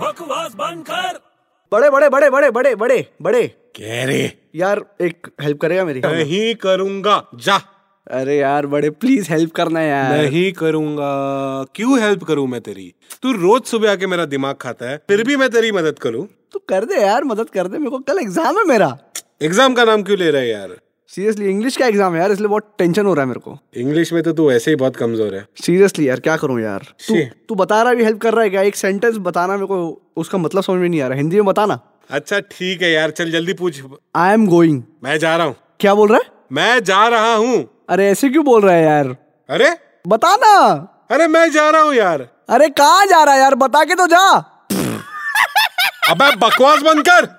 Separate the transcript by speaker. Speaker 1: बकवास बंद कर
Speaker 2: बड़े बड़े बड़े बड़े बड़े बड़े बड़े
Speaker 3: कह रहे
Speaker 2: यार एक हेल्प करेगा मेरी
Speaker 3: नहीं करूंगा जा
Speaker 2: अरे यार बड़े प्लीज हेल्प करना यार
Speaker 3: नहीं करूंगा क्यों हेल्प करूं मैं तेरी तू रोज सुबह आके मेरा दिमाग खाता है फिर भी मैं तेरी मदद करूं
Speaker 2: तू कर दे यार मदद कर दे मेरे को कल एग्जाम है मेरा
Speaker 3: एग्जाम का नाम क्यों ले रहा है यार
Speaker 2: सीरियसली इंग्लिश का एग्जाम है यार इसलिए बहुत टेंशन हो रहा है मेरे को
Speaker 3: इंग्लिश में तो तू ऐसे ही बहुत कमजोर है
Speaker 2: सीरियसली यार क्या करूं यार तू
Speaker 3: Shit.
Speaker 2: तू बता रहा है भी हेल्प कर रहा है क्या एक सेंटेंस बताना मेरे को उसका मतलब समझ में नहीं आ रहा हिंदी में बताना
Speaker 3: अच्छा ठीक है यार चल जल्दी पूछ
Speaker 2: आई एम गोइंग
Speaker 3: मैं जा रहा हूँ
Speaker 2: क्या बोल रहा है
Speaker 3: मैं जा रहा हूँ
Speaker 2: अरे ऐसे क्यों बोल रहा है यार
Speaker 3: अरे
Speaker 2: बताना
Speaker 3: अरे मैं जा रहा हूँ यार
Speaker 2: अरे कहाँ जा रहा है यार बता के तो जा
Speaker 3: अब बकवास बंद कर